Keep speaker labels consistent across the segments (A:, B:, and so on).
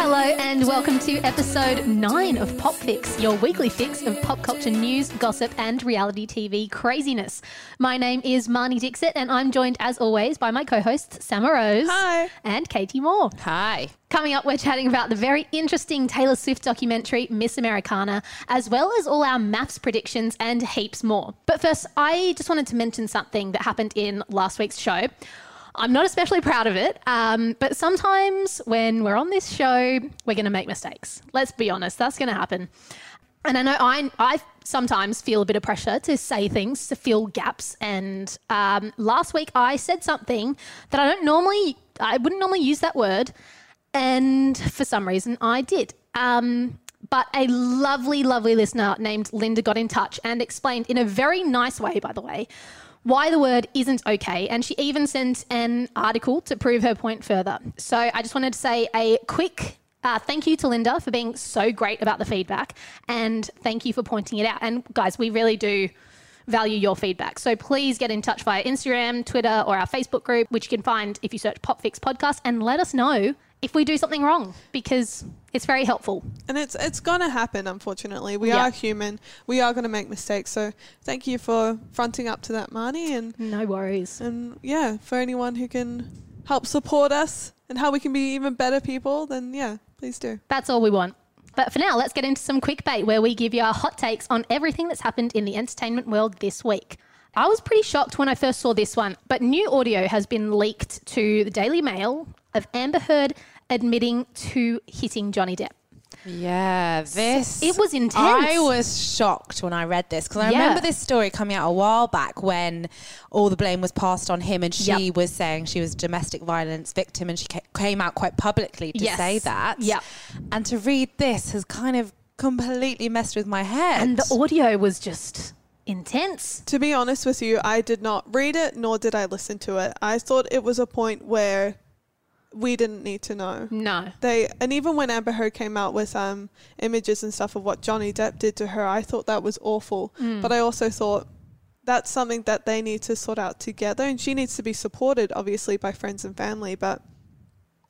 A: and welcome to episode 9 of Pop Fix, your weekly fix of pop culture news, gossip, and reality TV craziness. My name is Marnie Dixit, and I'm joined, as always, by my co hosts, Sam Rose
B: Hi.
A: and Katie Moore.
B: Hi.
A: Coming up, we're chatting about the very interesting Taylor Swift documentary, Miss Americana, as well as all our maths predictions and heaps more. But first, I just wanted to mention something that happened in last week's show. I'm not especially proud of it, um, but sometimes when we're on this show, we're going to make mistakes. Let's be honest, that's going to happen. And I know I, I sometimes feel a bit of pressure to say things, to fill gaps. And um, last week I said something that I don't normally, I wouldn't normally use that word. And for some reason I did. Um, but a lovely, lovely listener named Linda got in touch and explained in a very nice way, by the way, why the word isn't okay. And she even sent an article to prove her point further. So I just wanted to say a quick uh, thank you to Linda for being so great about the feedback and thank you for pointing it out. And guys, we really do value your feedback. So please get in touch via Instagram, Twitter, or our Facebook group, which you can find if you search Popfix Podcast, and let us know if we do something wrong because it's very helpful.
B: And it's it's gonna happen, unfortunately. We
A: Yeah.
B: are human. We are gonna make mistakes. So thank you for fronting up to that, Marnie, and
A: No worries.
B: and yeah, for anyone who can help support us and how we can be even better people, then yeah, please do.
A: That's all we want. But for now, let's get into some quick bait where we give you our hot takes on everything that's happened in the entertainment world this week. I was pretty shocked when I first saw this one, but new audio has been leaked to the Daily Mail of Amber Heard admitting to hitting Johnny Depp.
C: Yeah, this
A: it was intense.
C: I was shocked when I read this because I
A: Yeah.
C: remember this story coming out a while back when all the blame was passed on him, and she
A: Yep.
C: was saying she was a domestic violence victim, and she ca- came out quite publicly to
A: Yes.
C: say that.
A: Yep.
C: and to read this has kind of completely messed with my head.
A: And the audio was just intense.
B: To be honest with you, I did not read it nor did I listen to it. I thought it was a point where we didn't need to know.
A: No.
B: They and even when Amber Heard came out with um, images and stuff of what Johnny Depp did to her, I thought that was awful.
A: Mm.
B: But I also thought that's something that they need to sort out together, and she needs to be supported, obviously, by friends and family. But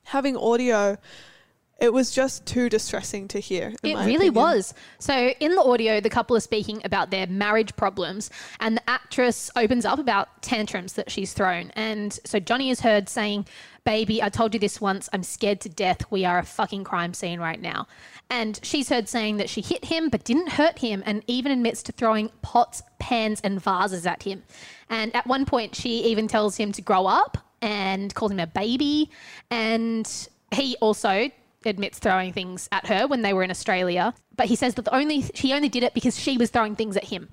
B: having audio, it was just too distressing to hear. in
A: It
B: my
A: really
B: opinion.
A: was. So, in the audio, the couple are speaking about their marriage problems, and the actress opens up about tantrums that she's thrown. And so, Johnny is heard saying, Baby, I told you this once. I'm scared to death. We are a fucking crime scene right now. And she's heard saying that she hit him but didn't hurt him, and even admits to throwing pots, pans, and vases at him. And at one point, she even tells him to grow up and called him a baby. And he also admits throwing things at her when they were in Australia, but he says that the only she only did it because she was throwing things at him.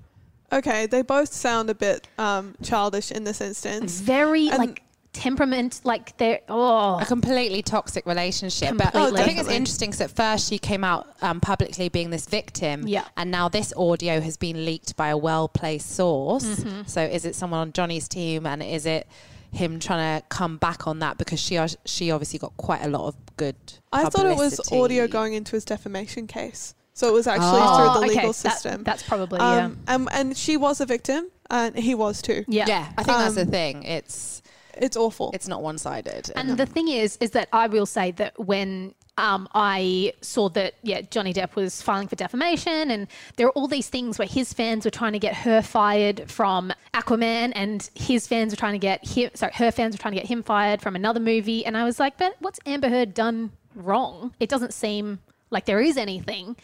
B: Okay, they both sound a bit um, childish in this instance.
A: Very
B: And-
A: like temperament, like they're oh
C: a completely toxic relationship. But
A: Completely.
C: I think it's
B: Definitely.
C: interesting because at first she came out um, publicly being this victim,
A: Yeah.
C: and now this audio has been leaked by a well-placed source.
A: Mm-hmm.
C: So is it someone on Johnny's team, and is it him trying to come back on that because she she obviously got quite a lot of good.
B: I thought it was
C: publicity.
B: audio going into his defamation case. So it was actually
A: Oh,
B: through the
A: okay,
B: legal
A: that-
B: system.
A: that's probably
B: um, and, and she was a victim, and he was too.
A: yeah
C: Yeah, I think that's
B: Um,
C: the thing. It's
B: It's awful.
C: it's not one-sided.
A: And the thing is, is that I will say that when um, I saw that, yeah, Johnny Depp was filing for defamation, and there were all these things where his fans were trying to get her fired from Aquaman, and his fans were trying to get him, sorry, her fans were trying to get him fired from another movie. And I was like, but what's Amber Heard done wrong? It doesn't seem like there is anything.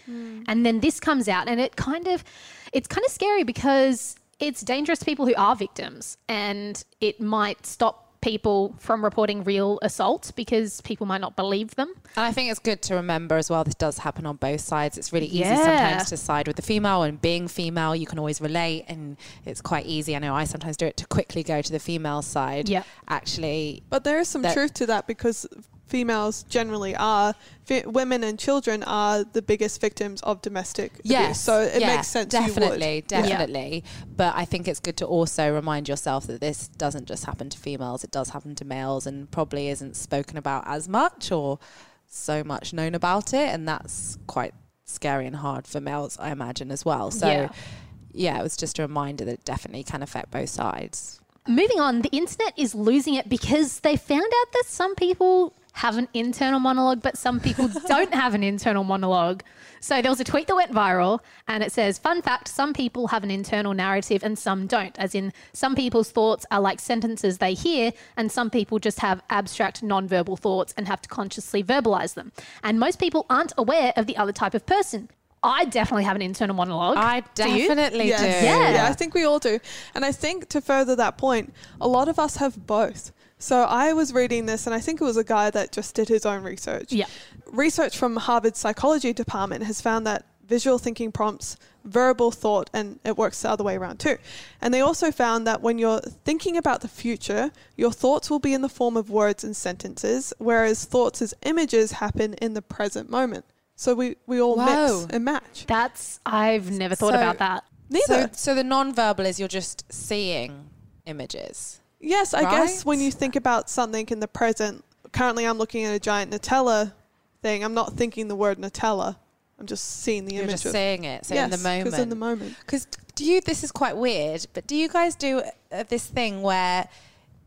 A: And then this comes out, and it kind of, it's kind of scary because it's dangerous to people who are victims, and it might stop people from reporting real assault because people might not believe them.
C: And I think it's good to remember as well, this does happen on both sides. It's really easy
A: Yeah.
C: sometimes to side with the female, and being female, you can always relate, and it's quite easy. I know I sometimes do it to quickly go to the female side.
A: Yeah.
C: Actually,
B: But there is some
C: that-
B: truth to that because females generally are fe- women and children are the biggest victims of domestic abuse.
C: yes.
B: So it
C: yeah,
B: makes sense. you would.
C: Definitely,
B: Yeah.
C: definitely. But I think it's good to also remind yourself that this doesn't just happen to females, it does happen to males, and probably isn't spoken about as much or so much known about it. And that's quite scary and hard for males, I imagine, as well. So.
A: Yeah.
C: yeah, it was just a reminder that it definitely can affect both sides.
A: Moving on, the internet is losing it because they found out that some people have an internal monologue, but some people don't have an internal monologue. So there was a tweet that went viral and it says, Fun fact, some people have an internal narrative and some don't, as in some people's thoughts are like sentences they hear, and some people just have abstract nonverbal thoughts and have to consciously verbalize them. And most people aren't aware of the other type of person. I definitely have an internal monologue.
C: I
A: Do you?
C: definitely
B: Yes.
C: do.
A: Yeah.
B: yeah, I think we all do. And I think to further that point, a lot of us have both. So I was reading this, and I think it was a guy that just did his own research.
A: Yeah.
B: Research from Harvard's psychology department has found that visual thinking prompts verbal thought, and it works the other way around too. And they also found that when you're thinking about the future, your thoughts will be in the form of words and sentences, whereas thoughts as images happen in the present moment. So we, we all
C: Wow.
B: mix and match.
A: That's, I've never thought
C: So-
A: about that.
B: Neither.
C: So, so the non-verbal is you're just seeing images.
B: Yes, I guess when
C: right?
B: you think about something in the present, currently I'm looking at a giant Nutella thing. I'm not thinking the word Nutella. I'm just seeing the
C: You're
B: image.
C: just
B: of-
C: seeing it. So in the
B: Yes, 'cause
C: moment.
B: in the moment.
C: Because do you? This is quite weird, but do you guys do uh, this thing where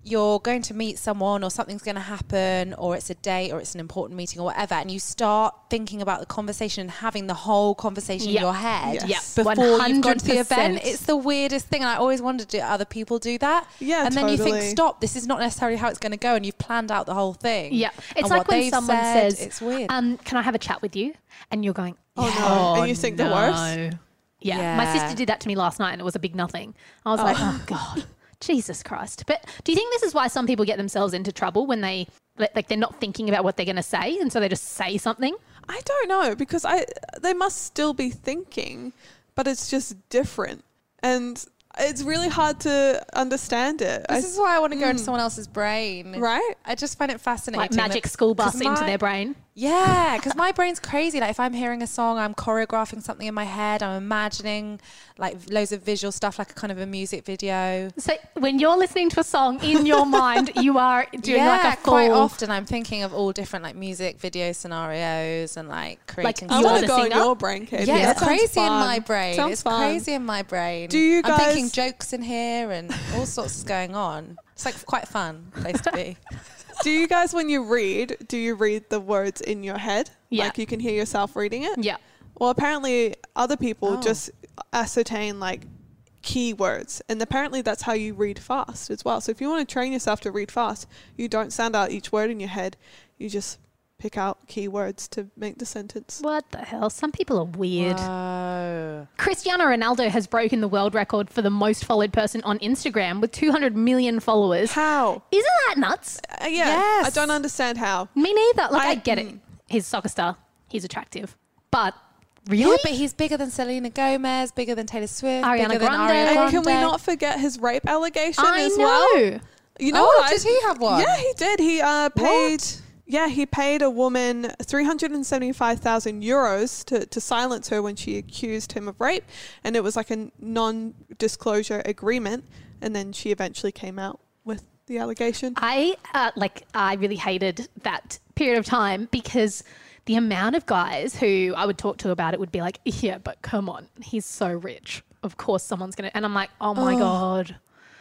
C: you're going to meet someone, or something's going to happen, or it's a date, or it's an important meeting, or whatever, and you start thinking about the conversation, and having the whole conversation
A: Yeah.
C: in your head
B: Yeah. Yes.
A: Yep.
C: before you've gone to the
A: 100%.
C: event. It's the weirdest thing, and I always wondered, do other people do that?
B: Yeah,
C: And then you
B: totally.
C: think, stop, this is not necessarily how it's going to go, and you've planned out the whole thing.
A: Yeah.
C: and
A: It's like
C: what
A: when
C: they've
A: someone
C: said.
A: says,
C: it's weird.
A: Um, can I have a chat with you? And you're going,
B: Oh, no. And you think the worst?
A: Yeah. My sister
C: Yeah.
A: did that to me last night and it was a big nothing. I was like, oh God, Jesus Christ. But do you think this is why some people get themselves into trouble when they, like, like they're not thinking about what they're going to say and so they just say something?
B: I don't know because I they must still be thinking, but it's just different, and it's really hard to understand it. I- Mm.
C: This is why I want to go into someone else's brain.
B: Right?
C: I just find it fascinating.
A: Like magic
C: that-
A: school bus
C: 'cause
A: into
C: my-
A: their brain.
C: Yeah, because my brain's crazy. Like if I'm hearing a song, I'm choreographing something in my head. I'm imagining like loads of visual stuff, like a kind of a music video.
A: So when you're listening to a song in your mind, you are doing
C: yeah,
A: like a full.
C: quite often I'm thinking of all different like music video scenarios and like creating.
B: I
A: You're
B: want
A: the
B: to go in
A: singer?
B: your brain, Katie.
C: yeah,
B: That
C: it's
B: sounds
C: crazy in
B: fun.
C: my brain.
B: Sounds
C: it's
B: fun.
C: crazy in my brain.
B: Do you
C: I'm thinking
B: guys-
C: jokes in here and all sorts is going on. It's like quite fun place to be.
B: Do you guys, when you read, do you read the words in your head?
A: Yeah.
B: Like you can hear yourself reading it?
A: Yeah.
B: Well, apparently other people
C: Oh.
B: just ascertain like keywords, and apparently that's how you read fast as well. So if you want to train yourself to read fast, you don't sound out each word in your head. You just pick out keywords to make the sentence.
A: What the hell? Some people are weird.
C: Oh.
A: Cristiano Ronaldo has broken the world record for the most followed person on Instagram with 200 million followers.
B: How?
A: Isn't that nuts?
B: Uh, yeah.
C: Yes.
B: I don't understand how.
A: Me neither. Like, I,
B: I-
A: get it. He's a soccer star. He's attractive. But
C: Yeah,
A: really?
C: Oh, but he's bigger than Selena Gomez, bigger than Taylor Swift,
A: Ariana
C: bigger than
A: Grande.
C: Ariana
B: And
C: Grande.
B: can we not forget his rape allegation
A: I
B: as
A: know.
B: well? You know
C: Oh,
B: what? I-
C: did he have one?
B: Yeah, he did. He uh, paid.
C: What?
B: Yeah, he paid a woman 375,000 euros to, to silence her when she accused him of rape. And it was like a non disclosure agreement. And then she eventually came out with the allegation.
A: I uh, like I really hated that period of time because the amount of guys who I would talk to about it would be like, yeah, but come on, he's so rich. Of course, someone's gonna. And I'm like, oh my god.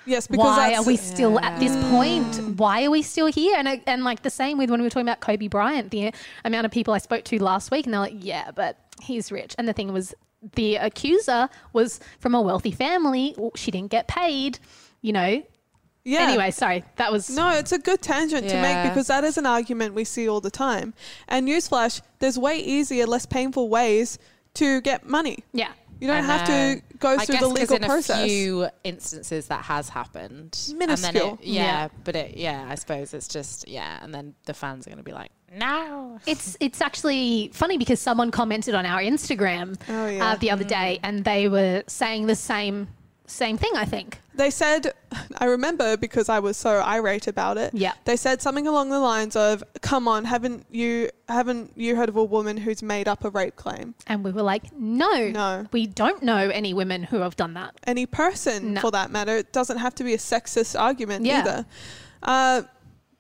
B: yes, because
A: why
B: that's,
A: are we still at this point? Why are we still here? And I- and like the same with when we were talking about Kobe Bryant, the amount of people I spoke to last week, and they're like, yeah, but he's rich. And the thing was, the accuser was from a wealthy family. Well, She didn't get paid, you know.
B: Yeah.
A: Anyway, sorry, that was
B: No, it's a good tangent to
C: Yeah.
B: make because that is an argument we see all the time. And newsflash, there's way easier, less painful ways to get money.
A: yeah.
B: You don't
C: I
B: have to
C: know.
B: go
C: Uh, I
B: through
C: guess
B: the
C: 'cause
B: legal
C: in
B: process.
C: a few instances that has happened. And then
B: Minuscule.
C: it, yeah,
A: Yeah.
C: but it, yeah, I suppose it's just yeah, and then the fans are going to be like, no.
A: It's it's actually funny because someone commented on our Instagram
B: Oh, yeah.
C: Um,
A: uh, the other day, and they were saying the same same thing. I think.
B: they said, I remember because I was so irate about it.
A: Yeah.
B: They said something along the lines of, "Come on, haven't you haven't you heard of a woman who's made up a rape claim?
A: And we were like, no,
B: No.
A: we don't know any women who have done that.
B: Any person,
A: No.
B: for that matter. It doesn't have to be a sexist argument
A: Yeah.
B: either." Uh,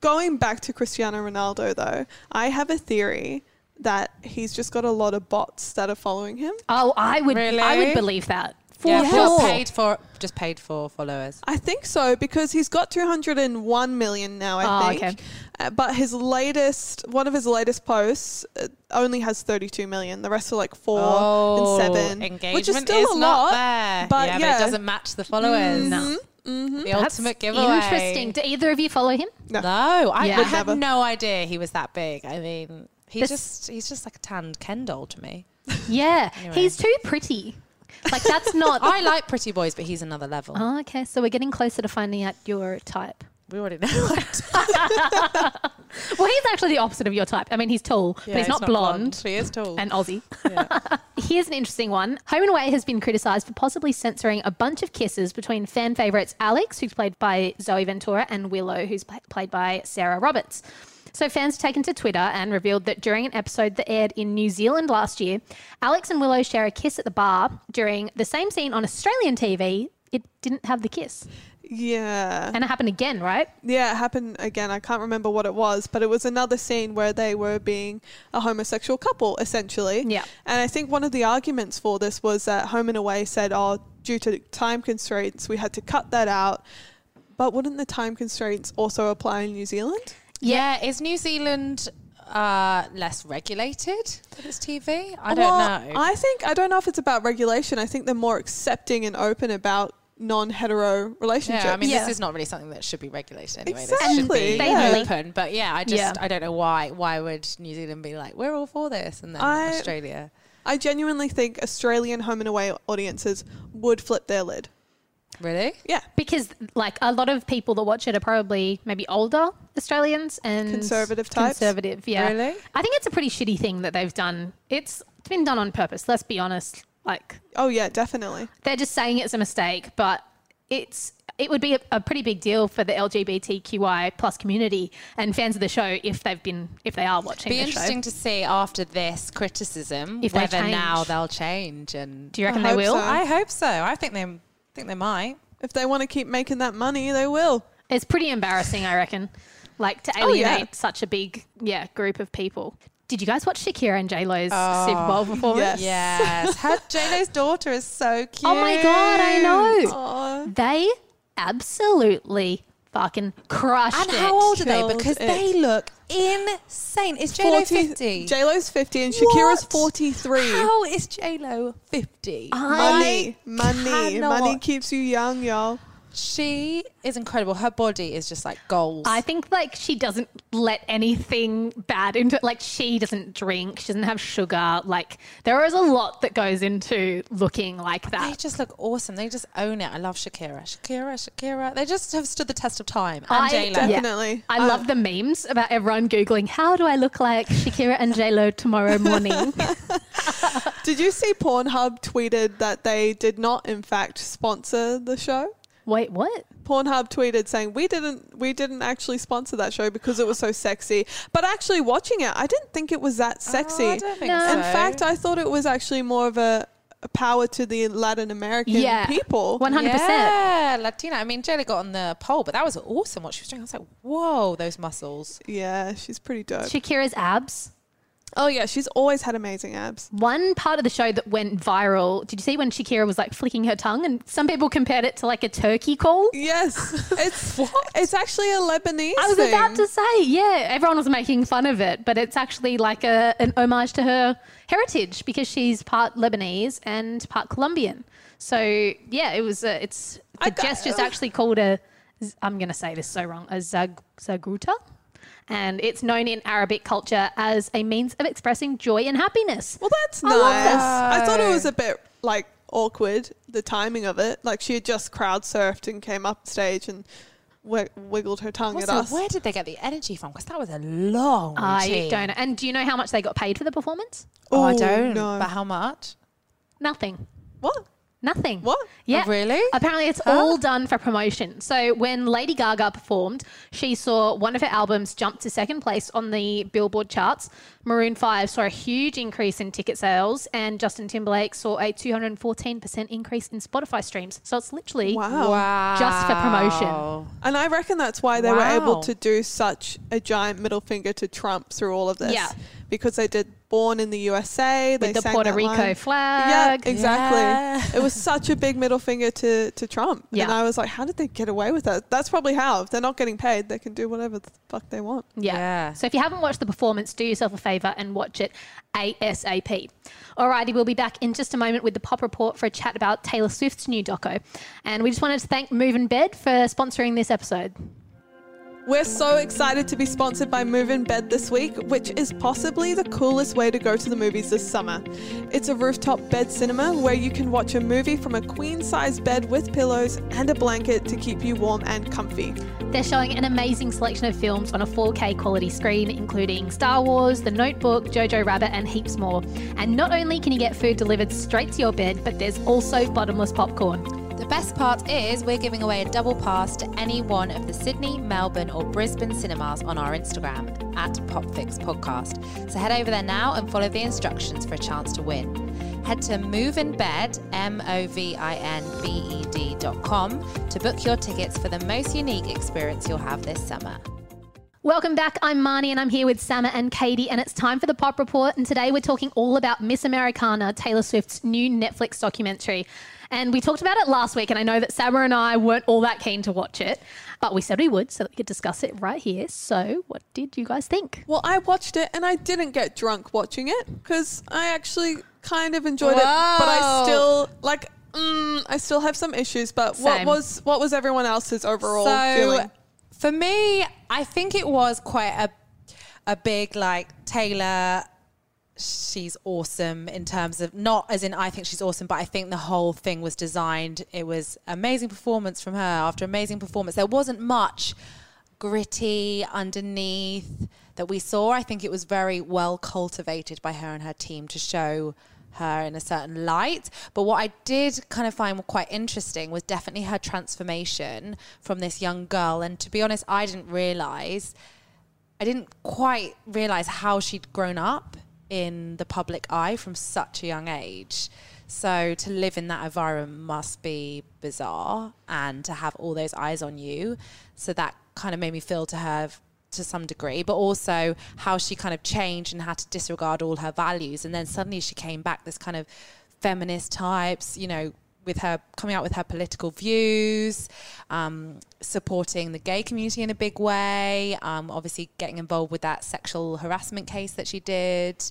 B: going back to Cristiano Ronaldo, though, I have a theory that he's just got a lot of bots that are following him.
A: Oh, I would I would
C: Really?
A: believe that for
C: yeah,
A: sure.
C: just paid for just paid for followers.
B: I think so because he's got 201 million now. I
A: Oh,
C: Ah,
B: think,
A: okay.
B: uh, but his latest one of his latest posts uh, only has 32 million. The rest are like four
C: Oh,
B: and seven,
C: engagement
B: which is still
C: is
B: a
C: not
B: lot.
C: there.
B: but
C: yeah,
B: yeah. Mm-hmm.
C: but it doesn't match the followers.
A: No.
C: The
A: That's
C: ultimate giveaway.
A: Interesting. Do either of you follow him?
B: No.
C: No, I,
A: Yeah.
C: I
A: Would
C: had
B: never.
C: no idea he was that big. I mean, he
A: This-
C: just he's just like a tanned Ken doll to me.
A: Yeah.
C: Anyway.
A: He's too pretty. Like that's not.
C: I like pretty boys, but he's another level.
A: Oh, okay. So we're getting closer to finding out your type.
C: We already know.
A: Well, he's actually the opposite of your type. I mean, he's tall, but he's not, blonde,
C: He is tall.
A: and Aussie.
C: Yeah.
A: Here's an interesting one. Home and Away has been criticised for possibly censoring a bunch of kisses between fan favourites Alex, who's played by Zoe Ventura, and Willow, who's pl- played by Sarah Roberts. So fans have taken to Twitter and revealed that during an episode that aired in New Zealand last year, Alex and Willow share a kiss at the bar during the same scene on Australian TV. It didn't have the kiss.
B: Yeah,
A: And it happened again, right?
B: yeah. It happened again. I can't remember what it was, but it was another scene where they were being a homosexual couple essentially.
A: Yeah.
B: And I think one of the arguments for this was that Home and Away said, "Oh, due to time constraints, we had to cut that out." But wouldn't the time constraints also apply in New Zealand?
C: yeah. is New Zealand uh, less regulated than its TV? I don't know.
B: I think I don't know if it's about regulation. I think they're more accepting and open about non-hetero relationships.
C: yeah, I mean,
A: Yeah.
C: this is not really something that should be regulated anyway. This should
B: Exactly,
C: be
A: yeah.
C: open, but yeah, I just
A: Yeah.
C: I don't know why. Why would New Zealand be like we're all for this, and then
B: I-
C: Australia?
B: I genuinely think Australian home and away audiences would flip their lid.
C: Really?
B: Yeah,
A: Because like a lot of people that watch it are probably maybe older Australians and
B: Conservative types?
A: Conservative, yeah.
C: Really?
A: I think it's a pretty shitty thing that they've done. It's been done on purpose. Let's be honest. Like
B: oh yeah, definitely.
A: they're just saying it's a mistake, but it's it would be a, a pretty big deal for the LGBTQI plus community and fans of the show if they've been if they are watching
C: Be
A: the
C: interesting to
A: show.
C: see after this criticism
A: If they
C: whether
A: change.
C: now they'll change. And
A: Do you reckon
B: I
A: they
B: hope
A: will?
B: so.
C: I hope so. I think they think they might.
B: If they want to keep making that money, they will.
A: It's pretty embarrassing, I reckon. Like to
B: Oh,
A: alienate
B: yeah.
A: such a big yeah group of people. Did you guys watch Shakira and J Lo's Super Bowl performance?
B: yes.
C: Yes, her JLo's daughter is so cute.
A: Oh my god, I know.
B: Aw.
A: They absolutely fucking crushed
C: And
A: it.
C: how old are they?
B: Killed
C: Because
B: it.
C: they look insane. Is JLo
B: 40
C: fifty?
B: J-Lo's 50 and Shakira's
C: What?
B: 43.
C: How is JLo fifty?
B: Money, money,
C: cannot.
B: money keeps you young, y'all.
C: She is incredible. Her body is just like goals.
A: I think like she doesn't let anything bad into it. Like she doesn't drink, she doesn't have sugar. Like there is a lot that goes into looking like
C: they
A: that.
C: just look awesome. They just own it. I love Shakira. Shakira, Shakira. They just have stood the test of time. And
A: I-
C: JLo.
A: yeah.
B: Definitely. Oh.
A: I love the memes about everyone googling how do I look like Shakira and J Lo tomorrow morning.
B: Did you see Pornhub tweeted that they did not, in fact, sponsor the show?
A: Wait, what?
B: Pornhub tweeted saying we didn't we didn't actually sponsor that show because it was so sexy. But actually watching it, I didn't think it was that sexy.
C: Oh, I don't think
A: No.
C: so.
B: in fact, I thought it was actually more of a, a power to the Latin American
A: Yeah.
B: people.
A: One hundred percent.
C: Yeah, Latina. I mean, JLo got on the pole, but that was awesome what she was doing. I was like, whoa, those muscles.
B: yeah, she's pretty dope.
A: Shakira's abs.
B: oh yeah, she's always had amazing abs.
A: One part of the show that went viral. Did you see when Shakira was like flicking her tongue, and some people compared it to like a turkey call?
B: Yes, it's it's actually a Lebanese.
A: I was
B: thing.
A: about to say, yeah, everyone was making fun of it, but it's actually like a, an homage to her heritage because she's part Lebanese and part Colombian. So yeah, it was. A, it's the
B: I got-
A: jest is actually called a. z- I'm going to say this so wrong. A zag, zagruta. And it's known in Arabic culture as a means of expressing joy and happiness.
B: Well, that's
A: I
B: nice.
A: love this.
B: I thought it was a bit like awkward the timing of it. Like she had just crowd surfed and came up stage and wi- wiggled her tongue at
C: Also,
B: us.
C: where did they get the energy from? Because that was a long
A: I
C: tune.
A: don't know. And do you know how much they got paid for the performance?
C: Oh, I
B: Ooh,
C: don't.
B: no.
C: But how much?
A: Nothing.
B: What?
A: Nothing.
B: What?
A: Yeah.
C: Oh, Really?
A: Apparently, it's all done for promotion. So when Lady Gaga performed, she saw one of her albums jump to second place on the Billboard charts. Maroon 5 saw a huge increase in ticket sales, and Justin Timberlake saw a 214% increase in Spotify streams. So it's literally.
B: Wow.
A: Just for promotion.
B: And I reckon that's why they were able
C: Wow.
B: to do such a giant middle finger to Trump through all of this.
A: Yeah.
B: because they did Born in the USA. they
A: with the
B: sang
A: Puerto
B: that
A: Rico
B: line. Yeah,
A: flag.
B: exactly.
C: Yeah.
B: It was such a big middle finger to, to Trump. And
A: Yeah.
B: I was like, how did they get away with that? That's probably how. If they're not getting paid, they can do whatever the fuck they want.
A: Yeah.
C: Yeah.
A: So if you haven't watched the performance, do yourself a favor and watch it ASAP. Alrighty, we'll be back in just a moment with the pop report for a chat about Taylor Swift's new doco. And we just wanted to thank Move in Bed for sponsoring this episode.
B: We're so excited to be sponsored by Move in Bed this week, which is possibly the coolest way to go to the movies this summer. It's a rooftop bed cinema where you can watch a movie from a queen size bed with pillows and a blanket to keep you warm and comfy.
A: They're showing an amazing selection of films on a 4K quality screen, including Star Wars, The Notebook, Jojo Rabbit, and heaps more. And not only can you get food delivered straight to your bed, but there's also bottomless popcorn.
D: The best part is we're giving away a double pass to any one of the Sydney, Melbourne, or Brisbane cinemas on our Instagram at PopFix Podcast. So head over there now and follow the instructions for a chance to win. Head to moveinbed, M O V I N B E D dot com to book your tickets for the most unique experience you'll have this summer.
A: Welcome back. I'm Marnie and I'm here with Sama and Katie, and it's time for the Pop Report. And today we're talking all about Miss Americana, Taylor Swift's new Netflix documentary. And we talked about it last week, and I know that Sama and I weren't all that keen to watch it, but we said we would so that we could discuss it right here. So, what did you guys think?
B: Well, I watched it and I didn't get drunk watching it because I actually kind of enjoyed it, but I
C: Whoa.
B: still like. Mm, I still have some issues, but what
A: Same.
B: was what was everyone else's overall
C: so
B: feeling?
C: for me, I think it was quite a a big like Taylor. She's awesome in terms of not as in I think she's awesome, but I think the whole thing was designed. It was amazing performance from her after amazing performance. There wasn't much gritty underneath that we saw. I think it was very well cultivated by her and her team to show her in a certain light. But what I did kind of find quite interesting was definitely her transformation from this young girl. And to be honest, I didn't realize, I didn't quite realize how she'd grown up in the public eye from such a young age. So to live in that environment must be bizarre and to have all those eyes on you. So that kind of made me feel to her to some degree, but also how she kind of changed and had to disregard all her values. And then suddenly she came back, this kind of feminist types, you know, with her coming out with her political views, um, supporting the gay community in a big way, um, obviously getting involved with that sexual harassment case that she did.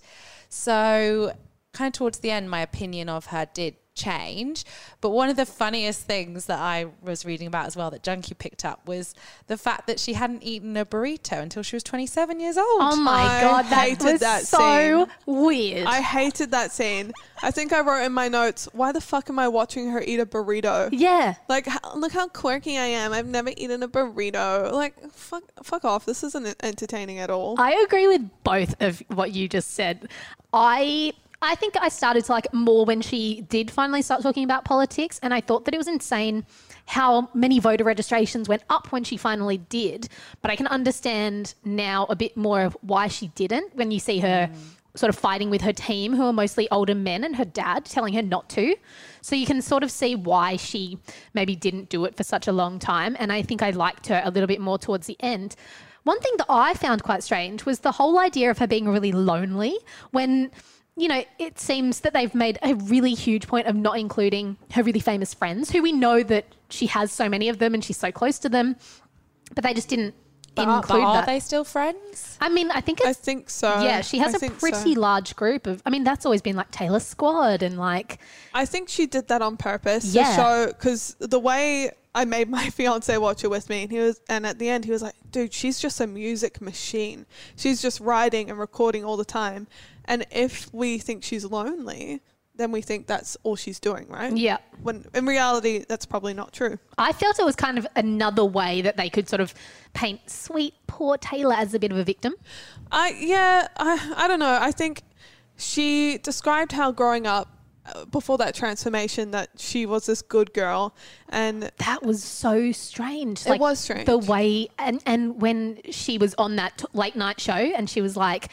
C: So, kind of towards the end, my opinion of her did change. But one of the funniest things that I was reading about as well that Junkie picked up was the fact that she hadn't eaten a burrito until she was 27 years old.
A: Oh my
B: I
A: god, that
B: hated
A: was
B: that
A: so weird.
B: I hated that scene. I think I wrote in my notes, "Why the fuck am I watching her eat a burrito?"
A: yeah.
B: Like, h- look how quirky I am. I've never eaten a burrito. Like, fuck, fuck off. This isn't e-, entertaining at all.
A: I agree with both of what you just said. I I think I started to like more when she did finally start talking about politics, and I thought that it was insane how many voter registrations went up when she finally did. But I can understand now a bit more of why she didn't when you see her. Sort of fighting with her team, who are mostly older men, and her dad telling her not to. So you can sort of see why she maybe didn't do it for such a long time. And I think I liked her a little bit more towards the end. One thing that I found quite strange was the whole idea of her being really lonely when, you know, it seems that they've made a really huge point of not including her really famous friends, who we know that she has so many of them and she's so close to them, but they just didn't
C: But are, but
A: include
C: are
A: that.
C: they still friends?
A: I mean, I think
B: I
A: it's.
B: think so.
A: yeah, she has
B: a
A: a pretty large group of. I mean, that's always been like Taylor's squad and like.
B: I think she did that on purpose to
A: Yeah.
B: show because the way I made my fiance watch it with me, and he was, and at the end he was like, "Dude, she's just a music machine. She's just writing and recording all the time. And if we think she's lonely, then we think that's all she's doing, right?
A: Yeah.
B: When in reality, that's probably not true.
A: I felt it was kind of another way that they could sort of paint sweet, poor Taylor as a bit of a victim.
B: I yeah, I I don't know. I think she described how growing up uh, before that transformation that she was this good girl and
A: that was so strange.
B: It was strange.
A: The way and and when she was on that t- late night show and she was like.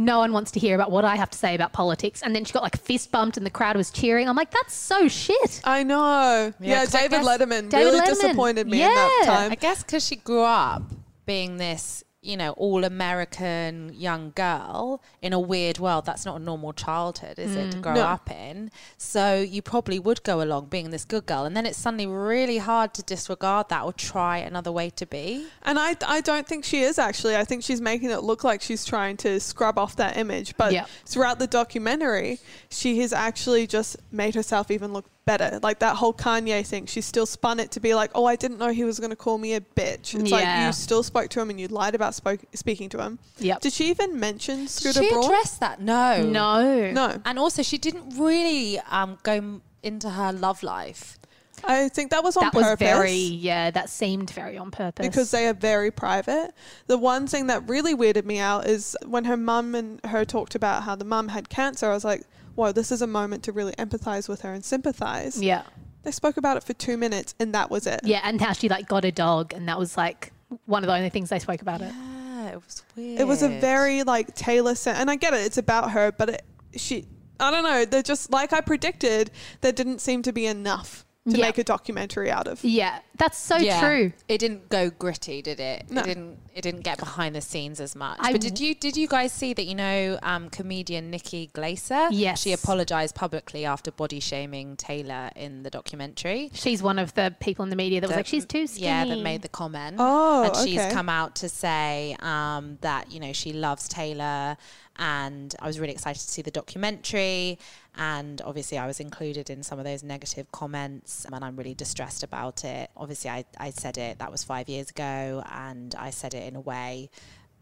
A: No one wants to hear about what I have to say about politics. And then she got like fist bumped and the crowd was cheering. I'm like, that's so shit.
B: I know. Yeah,
C: Yeah, 'cause I
B: David
C: guess-
B: Letterman
A: David
B: really
A: Letterman.
B: disappointed me in that
A: Yeah.
B: time.
C: I guess because she grew up being this you know, all American young girl in a weird world. That's not a normal childhood, is it, to grow
B: No.
C: up in? So you probably would go along being this good girl. And then it's suddenly really hard to disregard that or try another way to be.
B: And I, I don't think she is actually. I think she's making it look like she's trying to scrub off that image. But
A: Yeah.
B: throughout the documentary, she has actually just made herself even look better. Like that whole Kanye thing, she still spun it to be like, oh, I didn't know he was going to call me a bitch. It's like
A: Yeah.
B: you still spoke to him and you lied about spoke, speaking to him.
A: Yep.
B: Did she even mention
C: Did
B: Scooter
C: she
B: Braun?
C: address that? No.
A: No.
B: no.
C: And also, she didn't really um, go m- into her love life.
B: I think that was on
A: That was
B: purpose.
A: very, yeah, that seemed very on purpose.
B: because they are very private. The one thing that really weirded me out is when her mum and her talked about how the mum had cancer, I was like, whoa, this is a moment to really empathize with her and sympathize.
A: yeah.
B: They spoke about it for two minutes and that was it.
A: Yeah. And how she like got a dog. And that was like one of the only things they spoke about it.
C: Yeah, Ah, it was weird.
B: It was a very like Taylor sen- and I get it, it's about her, but it, she, I don't know, they're just like I predicted, there didn't seem to be enough to
A: Yeah.
B: make a documentary out of.
A: Yeah. That's so
C: Yeah.
A: true.
C: It didn't go gritty, did it?
B: No.
C: It didn't. It didn't get behind the scenes as much.
A: I
C: but did you did you guys see that? You know, um, comedian Nikki Glaser.
A: Yes.
C: she apologized publicly after body shaming Taylor in the documentary.
A: She's one of the people in the media that was
C: that-
A: like, she's too skinny.
C: Yeah, that made the comment.
B: Oh,
C: and she's
B: okay.
C: come out to say um, that you know she loves Taylor, and I was really excited to see the documentary. And obviously, I was included in some of those negative comments, and I'm really distressed about it. Obviously, I, I said it that was five years ago, and I said it in a way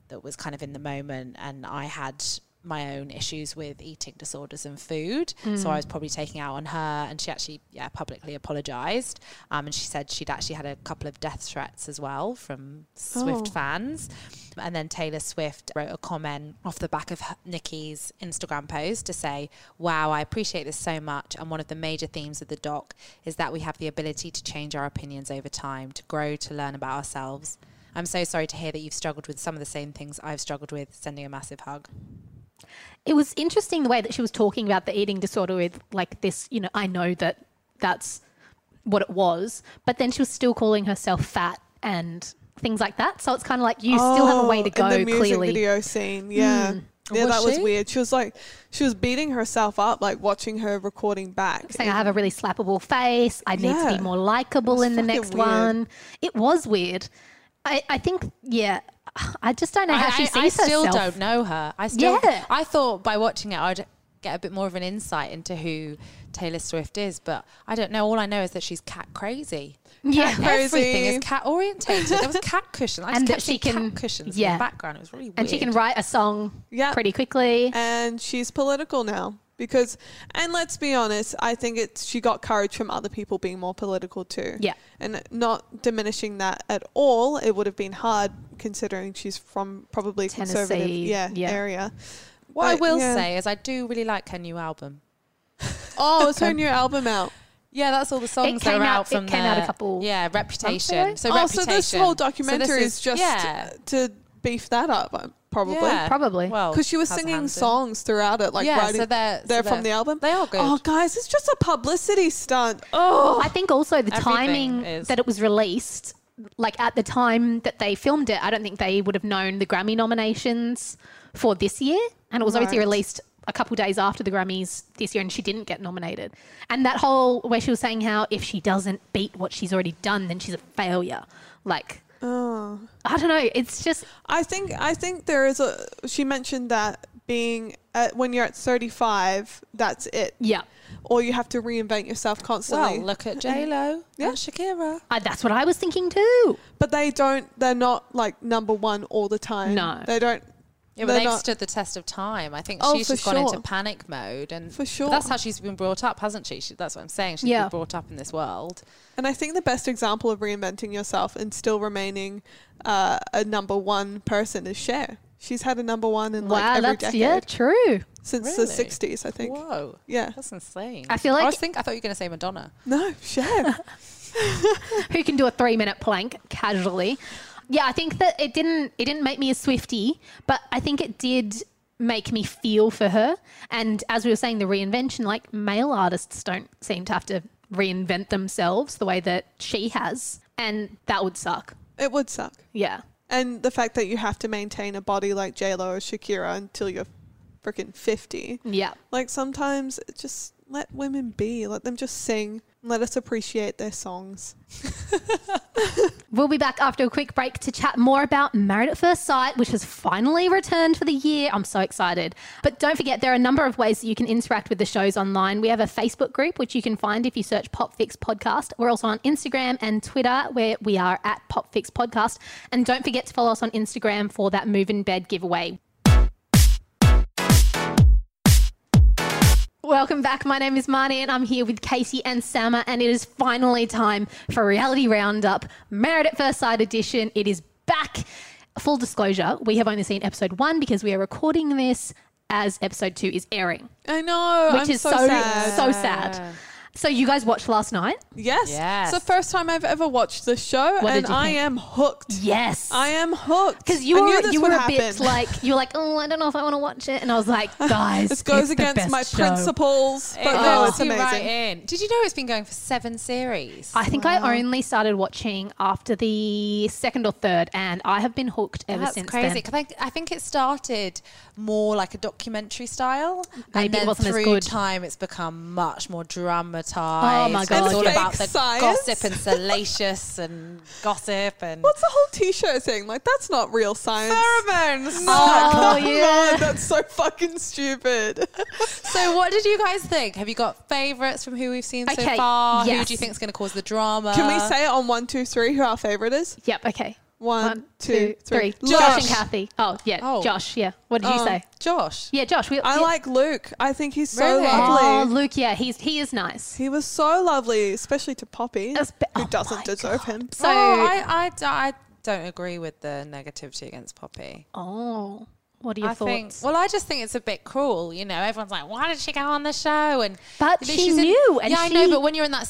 C: that was kind of in the moment, and I had. My own issues with eating disorders and food, so I was probably taking out on her, and she actually, yeah, publicly apologized. Um, and she said she'd actually had a couple of death threats as well from Swift
B: Oh.
C: fans. And then Taylor Swift wrote a comment off the back of her- Nikki's Instagram post to say, Wow, I appreciate this so much. And one of the major themes of the doc is that we have the ability to change our opinions over time, to grow, to learn about ourselves. I'm so sorry to hear that you've struggled with some of the same things I've struggled with, sending a massive hug.
A: it was interesting the way that she was talking about the eating disorder with like this you know i know that that's what it was but then she was still calling herself fat and things like that so it's kind of like you still have a
C: Oh,
A: way to go
B: Oh, in the music
A: clearly Hmm.
B: video scene. Yeah. Yeah,
C: Was
B: that was
C: she?
B: weird. She was like, she was beating herself up, like watching her recording back.
A: saying i have a really slappable face i need to
B: Yeah.
A: be more likable
B: was
A: in the
B: fucking
A: next
B: weird.
A: one it was weird I, I think yeah i just don't know how
C: I,
A: she
C: I-
A: sees
C: I still
A: herself
C: don't know her. I still.
A: Yeah.
C: I thought by watching it, I'd get a bit more of an insight into who Taylor Swift is, but I don't know. All I know is that she's cat crazy.
A: yeah
B: crazy.
C: Everything is cat orientated. There was cat cushion. I
A: And
C: just
A: that
C: kept
A: she
C: seeing
A: can-
C: cat cushions in
A: yeah.
C: the background. It was really weird.
A: and she can write a song
B: Yeah.
A: pretty quickly
B: and she's political now because and let's be honest i think it's she got courage from other people being more political too
A: Yeah.
B: and not diminishing that at all it would have been hard considering she's from probably a conservative
A: Tennessee,
B: yeah,
A: yeah.
B: area
C: What I
B: But,
C: will
B: yeah.
C: say is, I do really like her new album.
B: oh it's her new album out
C: Yeah, that's all the songs that
A: came
C: are
A: out-
C: out, from.
A: it came out a
C: the-
A: couple
C: Yeah,
A: ago?
C: Reputation. So
B: oh
C: Reputation.
B: so this whole
C: So this
B: documentary is, just
C: yeah.
B: to beef that up uh, probably
C: Yeah.
A: Probably.
C: Well,
B: Because she was
C: House of
B: singing
C: Hampton.
B: songs throughout it, like
C: Yeah,
B: writing,
C: so they're- so
B: they're from
C: they're-
B: the album.
C: they are good.
B: Oh, guys, it's just a publicity stunt. Oh,
A: I think also the
C: Everything
A: timing
C: is-
A: that it was released, like at the time that they filmed it, I don't think they would have known the Grammy nominations for this year. And it was obviously
B: Right.
A: released a couple days after the Grammys this year, and she didn't get nominated. And that whole where she was saying how if she doesn't beat what she's already done, then she's a failure. Like,
B: Oh.
A: I don't know. It's just
B: I think I think there is a. She mentioned that being at, when you're at 35, that's it,
A: yeah.
B: or you have to reinvent yourself
C: Well,
B: constantly.
C: look at J Lo
B: Yeah.
C: and Shakira.
A: I, that's what I was thinking too.
B: but they don't. They're not like number one all the time.
A: No.
B: they don't.
C: Yeah, but
B: they're
C: they've
B: not-
C: stood the test of time. I think
B: Oh,
C: she's
B: for
C: just gone into
B: sure.
C: panic mode, and
B: For
C: but
B: sure.
C: that's how she's been brought up, hasn't she? she that's what I'm saying. She's
A: Yeah.
C: been brought up in this world.
B: And I think the best example of reinventing yourself and still remaining uh, a number one person is Cher. She's had a number one in like
A: wow,
B: every
A: that's
B: decade
A: yeah, true.
B: since the
C: Really?
B: 60s, I think.
C: Whoa,
B: Yeah.
C: that's insane. Oh,
A: I feel
C: I
A: like-
C: was think I thought you were going to say Madonna.
B: No, Cher.
A: who can do a three minute plank casually. Yeah, I think that it didn't it didn't make me a Swifty, but I think it did make me feel for her. And as we were saying, the reinvention, like male artists don't seem to have to reinvent themselves the way that she has. And that would suck.
B: it would suck.
A: Yeah.
B: and the fact that you have to maintain a body like J Lo or Shakira until you're freaking fifty.
A: Yeah.
B: Like sometimes it just let women be. Let them just sing. Let us appreciate their songs.
A: We'll be back after a quick break to chat more about Married at First Sight, which has finally returned for the year. I'm so excited. But don't forget, there are a number of ways that you can interact with the shows online. We have a Facebook group, which you can find if you search PopFix Podcast. We're also on Instagram and Twitter, where we are at PopFix Podcast. And don't forget to follow us on Instagram for that move in bed giveaway. Welcome back. My name is Marnie, and I'm here with Casey and Sama, and it is finally time for Reality Roundup, Married at First Sight edition. It is back. Full disclosure: we have only seen episode one because we are recording this as episode two is airing,
B: I know,
A: which
B: I'm
A: is
B: so,
A: so so
B: sad.
A: sad. So you guys watched last night?
B: yes.
C: Yes.
B: it's the first time I've ever watched this show,
A: What did
B: and
A: you
B: I
A: think?
B: am hooked.
A: Yes.
B: I am hooked
A: because you
B: I knew
A: were
B: this
A: you were
B: would
A: a bit
B: happen.
A: like you were like oh I don't know if I want to watch it and I was like guys
B: this goes
A: it's the
B: against
A: best
B: my
A: show.
B: principles, but
C: It
B: no,
C: hooks
B: it's
C: you
B: amazing.
C: Oh, Right in. Did you know it's been going for seven series?
A: I think I only started watching after the second or third, and I have been hooked ever
C: That's
A: since
C: crazy.
A: then.
C: 'cause I, I think it started more like a documentary style,
A: Maybe it
C: and then
A: wasn't as
C: through
A: good.
C: time, it's become much more dramatized.
A: Oh my
C: It's
A: God.
C: all
B: Fake
C: about the
B: science.
C: gossip and salacious and gossip and
B: What's the whole T-shirt thing? Like that's not real science.
C: pheromones.
A: Oh,
B: Come
A: yeah.
B: on, that's so fucking stupid.
C: So, what did you guys think? Have you got favorites from who we've seen so
A: Okay,
C: far? Who
A: yes.
C: do you think is going to cause the drama?
B: Can
A: Uh,
B: we say it on one, two, three? Who our favorite is?
A: Yep. Okay.
B: One, two, three.
A: Josh
B: Josh.
A: and Kathy. Oh yeah,
C: Oh.
A: Josh. Yeah. What did you
B: Um,
A: say?
C: Josh?
A: Yeah, Josh. We,
B: I
A: yeah.
B: like Luke. I think he's so
C: Really?
A: Oh,
B: lovely.
A: Luke. Yeah, he's he is nice.
B: he was so lovely, especially to Poppy,
A: That's be-
B: who
A: oh
B: doesn't
A: my
B: deserve him.
A: So
C: oh,
A: oh,
C: I, I, I don't agree with the negativity against Poppy.
A: Oh, what are your
C: I
A: thoughts?
C: think. Well, I just think it's a bit cruel. You know, everyone's like, "Why did she go on the show?" And
A: But
C: you know,
A: she
C: she's in-
A: knew, and
C: yeah, I
A: she-
C: know. But when you're in that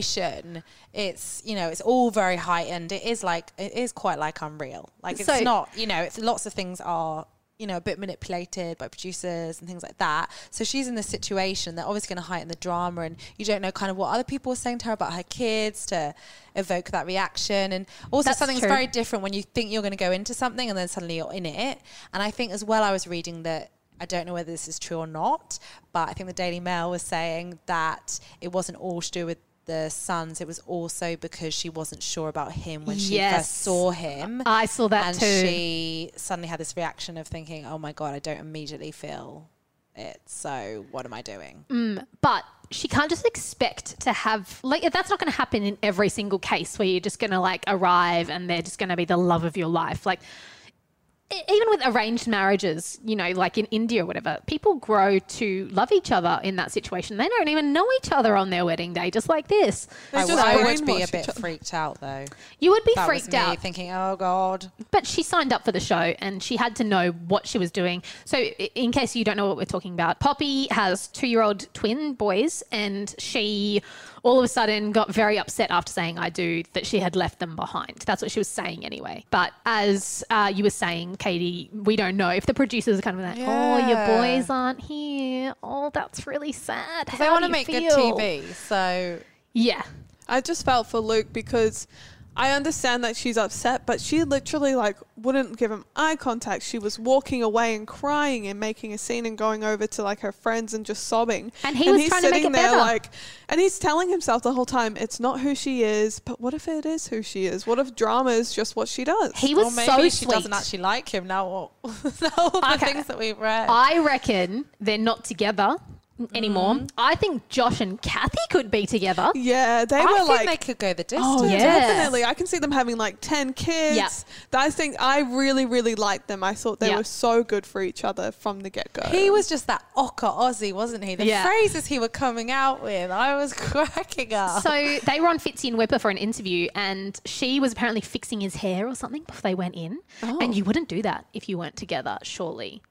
C: situation, it's you know, it's all very heightened. It is like it is quite like unreal. Like it's
A: So-
C: not. You know, it's lots of things are. You know, a bit manipulated by producers and things like that. So she's in this situation. They're always going to heighten the drama, and you don't know kind of what other people are saying to her about her kids to evoke that reaction. And also,
A: That's
C: something's
A: true.
C: very different when you think you're going to go into something and then suddenly you're in it. And I think as well, I was reading that I don't know whether this is true or not, but I think the Daily Mail was saying that it wasn't all to do with the sons. It was also because she wasn't sure about him when she
A: Yes.
C: first saw him.
A: I saw that
C: and
A: too.
C: she suddenly had this reaction of thinking, "Oh my god, I don't immediately feel." It so what am I doing?
A: Mm. but she can't just expect to have like that's not going to happen in every single case where you're just going to like arrive and they're just going to be the love of your life like e- even with arranged marriages you know like in india or whatever people grow to love each other in that situation they don't even know each other on their wedding day just like this
B: They
C: I,
B: just
C: I would be
B: brainwash
C: a
B: each
C: bit
B: other.
C: freaked out though.
A: you would be
C: That was
A: freaked
C: me
A: out
C: thinking, "Oh god,
A: but she signed up for the show and she had to know what she was doing. So, i- in case you don't know what we're talking about, Poppy has two year old twin boys, and she all of a sudden got very upset after saying, I do, that she had left them behind. That's what she was saying anyway. But as uh, you were saying, Katie, we don't know if the producers are kind of like, oh, your
C: Yeah.
A: boys aren't here. Oh, that's really sad.
C: they
A: want
C: want to make good TV." So
A: Yeah.
B: I just felt for Luke because I understand that she's upset, but she literally like wouldn't give him eye contact. She was walking away and crying and making a scene and going over to like her friends and just sobbing.
A: And he was trying to make it
B: there
A: better.
B: like, and he's telling himself the whole time, "It's not who she is, but what if it is who she is? What if drama is just what she does?"
A: He was
C: or maybe
A: so
C: she
A: sweet.
C: doesn't actually like him now. All, now all the
A: Okay.
C: things that we've read.
A: I reckon they're not together anymore. I think Josh and Kathy could be together.
B: Mm-hmm. yeah, they
C: I
B: were
C: think
B: like.
C: they could go the distance.
B: Oh,
A: yeah.
B: definitely. I can see them having like 10 kids.
A: Yeah.
B: I think I really, really liked them. I thought they
A: Yeah.
B: were so good for each other from the get go.
C: He was just that ocker Aussie, wasn't he? The
A: Yeah.
C: phrases he were coming out with, I was cracking up.
A: So they were on Fitzy and Whipper for an interview, and she was apparently fixing his hair or something before they went in.
B: Oh.
A: And you wouldn't do that if you weren't together, surely.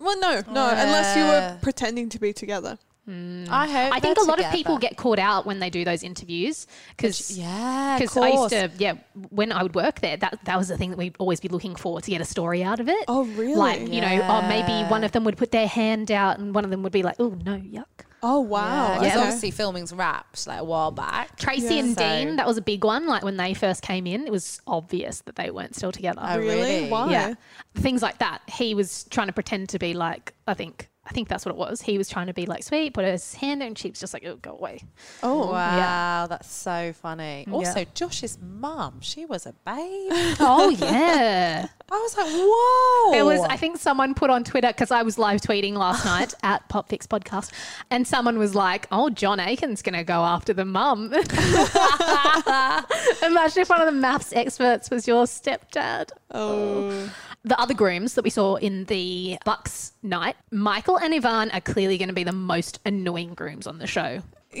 B: Well, no, no, unless you were pretending to be together.
C: I hope.
A: I think a
C: they're
A: lot of
C: together.
A: people get caught out when they do those interviews because
C: Yeah,
A: Because I used to, yeah, when I would work there, that, that was the thing that we'd always be looking for to get a story out of it.
B: Oh, really?
A: Like, you know, oh, maybe one of them would put their hand out and one of them would be like, oh, no, yuck.
B: Oh wow.
C: Yeah,
B: okay.
C: 'cause obviously filming's wrapped like a while back.
A: Tracy
B: Yeah.
A: and
C: So-
A: Dean, that was a big one. Like when they first came in, it was obvious that they weren't still together.
C: Oh,
B: really?
C: really?
B: Why?
A: uh, Yeah. Things like that. He was trying to pretend to be like, I think, I think that's what it was. He was trying to be like sweet, put his hand and she was just like, oh, go away.
B: Oh.
C: Wow, that's so funny. Also, Josh's mum, she was a babe.
A: oh, yeah.
C: I was like, whoa.
A: It was, I think someone put on Twitter because I was live tweeting last night at Popfix Podcast, and someone was like, "Oh, John Aiken's going to go after the mum." Imagine if one of the maths experts was your stepdad.
B: Oh.
A: The other grooms that we saw in the Bucks night, Michael and Ivan are clearly going to be the most annoying grooms on the show.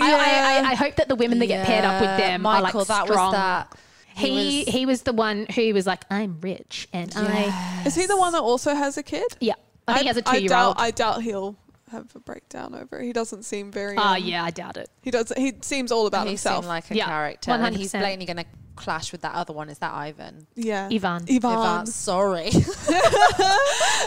A: I, I,
B: Yeah.
A: I, I hope that the women that get paired up with them
C: Michael,
A: are like
C: that
A: strong.
C: was that.
A: He
C: was-
A: he was the one who was like, "I'm rich," and I
B: Is he the one that also has a kid?
A: yeah. I think he has a two year
B: doubt-
A: old.
B: I doubt he'll have a breakdown over it. He doesn't seem very.
A: Oh,
B: um,
A: yeah, I doubt it.
B: He does. He seems all about
C: he
B: himself.
C: seemed like a
A: Yeah,
C: character. And he's
A: 100%.
C: blatantly going to clash with that other one. Is that Ivan?
B: yeah.
A: Ivan.
B: Ivan.
C: Ivan, sorry.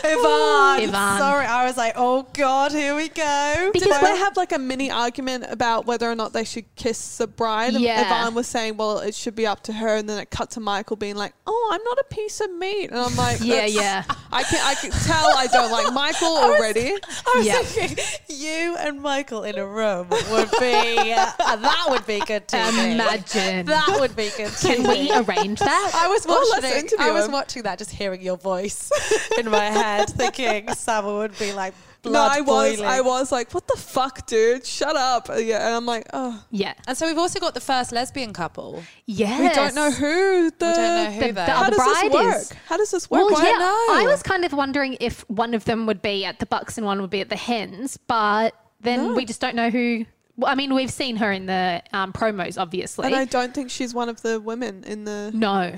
B: Ivan.
A: Ivan.
E: Sorry, I was like, oh God, here we go.
B: Did
A: Because-
B: they have like a mini argument about whether or not they should kiss the bride? And
A: Yeah.
B: Yvonne was saying, well, it should be up to her. And then it cut to Michael being like, oh, I'm not a piece of meat. And I'm like,
A: Yeah,
B: "That's-
A: yeah.
B: I can, I can tell I don't like Michael already.
E: I was
A: Yeah.
E: thinking you and Michael in a room would be uh, that would be good TV.
A: Imagine.
E: That would be good TV.
A: Can we arrange that?
E: I was
B: Oh, let's
E: watching. it-
B: interview
E: I was
B: him.
E: watching that, just hearing your voice in my head, thinking Summer would be like
B: No,
E: blood
B: I was,
E: boiling.
B: I was like, what the fuck, dude? Shut up. Uh, Yeah. And I'm like, oh,
A: Yeah.
C: and so we've also got the first lesbian couple.
A: Yes.
B: we don't know who the.
C: We don't know who
A: The-
C: they
A: the
C: are.
B: How
A: other
B: does this
A: bride
B: work?
A: is.
B: How does this work?
A: Well,
B: Why
A: yeah,
B: no?
A: I was kind of wondering if one of them would be at the Bucks and one would be at the Hens, but then we just don't know who. Well, I mean, we've seen her in the um, promos, obviously.
B: and I don't think she's one of the women in the.
A: no.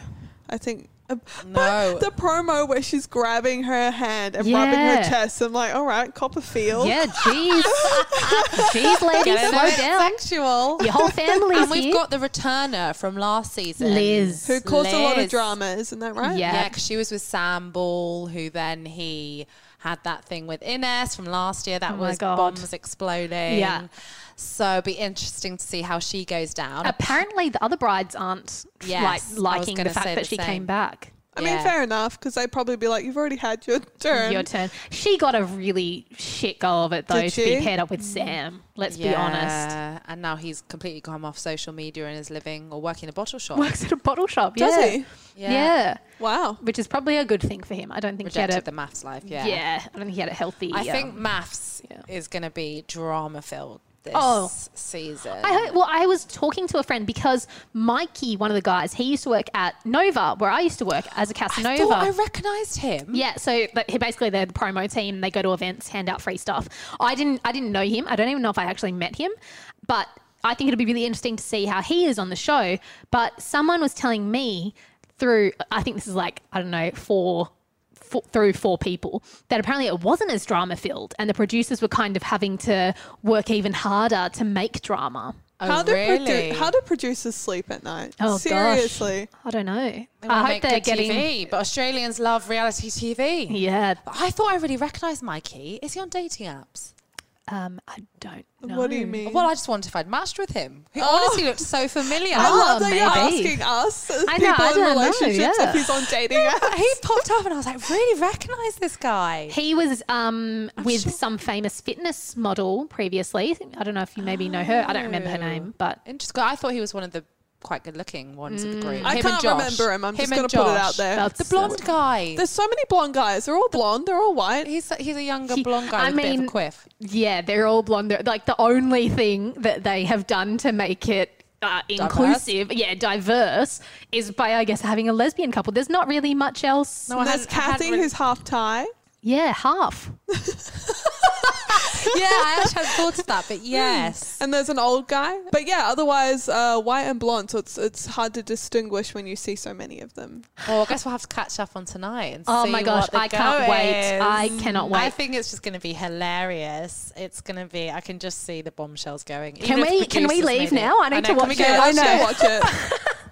B: I think. uh,
C: No.
B: But the promo where she's grabbing her hand and rubbing
A: Yeah.
B: her chest. I'm like, all right, Copperfield.
A: Yeah, jeez. jeez, ladies,
C: Get it? No,
A: slow
C: it's
A: down.
C: Sexual.
A: Your whole family's
C: And we've
A: here.
C: got the returner from last season,
A: Liz.
B: Who caused a lot of
C: Liz.
B: drama, isn't that right?
A: Yeah.
C: Yeah, 'cause she was with Sam Ball, who then he had that thing with Ines from last year. That
A: Oh my
C: was
A: God.
C: bombs exploding.
A: Yeah.
C: So it'd be interesting to see how she goes down.
A: Apparently, the other brides aren't
C: Yes, I was
A: like liking the
C: gonna
A: fact
C: say
A: that
C: the
A: she
C: same.
A: came back.
B: I mean,
C: Yeah.
B: fair enough, because they'd probably be like, you've already had your turn.
A: Your turn. She got a really shit go of it though
B: Did
A: to be
B: she?
A: paired up with Sam. Let's be honest.
C: Yeah, And now he's completely come off social media and is living or working in a bottle shop.
A: Works at a bottle shop.
B: Does
A: yeah.
B: he?
A: Yeah.
B: Wow.
A: Which is probably a good thing for him. I don't think he
C: Rejected
A: had
C: the
A: a
C: maths life.
A: yeah.
C: Yeah.
A: I don't think he had a healthy.
C: I
A: um,
C: think maths
A: yeah.
C: is going to be drama filled this
A: Oh.
C: season.
A: I hope, well, I was talking to a friend because Mikey, one of the guys, he used to work at Nova, where I used to work as a
C: I
A: Casanova.
C: thought I recognised him.
A: Yeah, so but he- basically they're the promo team. They go to events, hand out free stuff. I didn't, I didn't know him. I don't even know if I actually met him, but I think it'll be really interesting to see how he is on the show. But someone was telling me through, I think this is like I don't know four. four- Through four people, that apparently it wasn't as drama filled, and the producers were kind of having to work even harder to make drama.
C: Oh,
B: how, do produ-
C: really?
B: how do producers sleep at night?
A: Oh, gosh.
B: Seriously.
A: I don't know.
C: They wanna
A: I hope
C: make
A: they're
C: good
A: getting,
C: TV, but Australians love reality TV.
A: yeah.
C: But I thought I really recognised Mikey. Is he on dating apps?
A: Um, I don't know.
B: What do you mean?
C: Well, I just wondered if I'd matched with him. He honestly looked so familiar.
B: Oh.
C: Um,
B: I love that you're
A: uh, maybe.
B: asking us, as
A: I know,
B: people
A: I
B: in
A: don't know,
B: relationships,
A: yeah.
B: if he's on dating apps.
C: he popped up and I was like, really recognise this guy.
A: He was um, with
C: sure-
A: some famous fitness model previously. I don't know if you maybe know her. I don't remember her
C: Oh.
A: name, but
C: Interesting. I thought he was one of the quite good looking ones of the group.
B: Mm. I
C: Him and
B: can't
C: Josh.
B: remember him. I'm
C: Him
B: just
C: and
B: going to put it
C: Josh.
B: out there.
A: that's
C: Uh, The blonde guy.
B: There's so many blonde guys. They're all blonde. They're all white.
C: He's he's a younger
A: He-
C: blonde guy
A: I
C: with a bit of
A: mean-
C: a quiff.
A: Yeah, they're all blonde. They're, like the only thing that they have done to make it. Uh, inclusive, yeah, diverse is by I guess having a lesbian couple. There's not really much else.
C: No,
B: And there's
C: hadn't- I hadn't
B: Kathy,
C: really-
B: who's half Thai.
A: Yeah, half.
C: yeah, I actually had thought of that,
A: Hmm.
C: but yes.
B: And there's an old guy. But yeah, otherwise, uh, white and blonde. So it's it's hard to distinguish when you see so many of them.
C: Well, I guess we'll have to catch up on tonight. And
A: Oh
C: see
A: my gosh,
C: what the
A: I can't
C: go
A: wait.
C: is.
A: I cannot wait.
C: I think it's just going to be hilarious. It's going to be. I can just see the bombshells going.
A: Can
C: even if
A: we-
C: the
A: can we
C: producers
A: leave
C: made it.
A: now? I need to
C: know, can
A: watch
C: we
A: it.
C: go?
A: I
B: let's
A: know.
B: go watch it.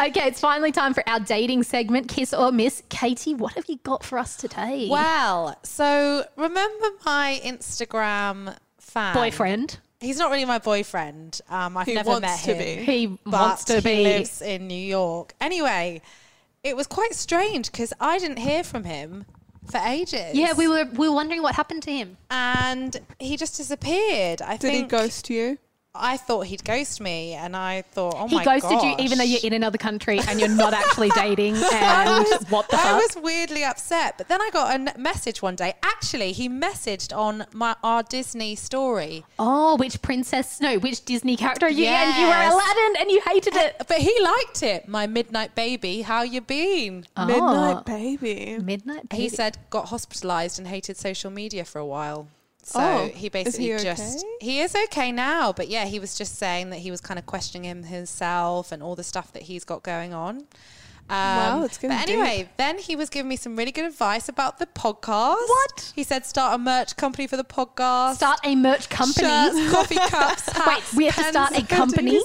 A: okay, it's finally time for our dating segment, kiss or miss. Katie, what have you got for us today?
C: Well, so remember my Instagram fan
A: boyfriend.
C: He's not really my boyfriend. Um, I've
B: He
C: never
B: wants
C: met
B: to
C: him.
B: be.
A: He
C: but
A: wants to
C: he
A: be.
C: lives in New York. Anyway, it was quite strange because I didn't hear from him for ages.
A: Yeah, we were we were wondering what happened to him.
C: and he just disappeared. I
B: Did he
C: think
B: ghost you?
C: I thought he'd ghost me, and I thought, oh
A: he
C: my
A: ghosted you even though
C: gosh.
A: you're in another country and you're not actually dating. And what the
C: I
A: fuck?
C: was weirdly upset, but then I got a n- message one day. Actually, he messaged on my our Disney story,
A: oh, which princess? No, which Disney character are you? And you
C: Yes.
A: were Aladdin, and you hated it.
C: but he liked it. My midnight baby, how you been?
A: Oh.
B: Midnight baby.
A: Midnight.
C: He
A: Baby.
C: said got hospitalized and hated social media for a while. So
B: Oh,
C: he
B: is
C: basically
B: he
C: just
B: okay?
C: he is okay now, but yeah, he was just saying that he was kind of questioning him himself and all the stuff that he's got going on. Um,
B: Wow, it's
C: but
B: getting
C: anyway, then he was giving me some really good advice about the podcast.
A: What?
C: he said, start a merch company for the podcast.
A: start a merch company.
C: shirts, coffee cups.
A: Wait,
C: Hats,
A: we have to start a
C: pens.
A: company.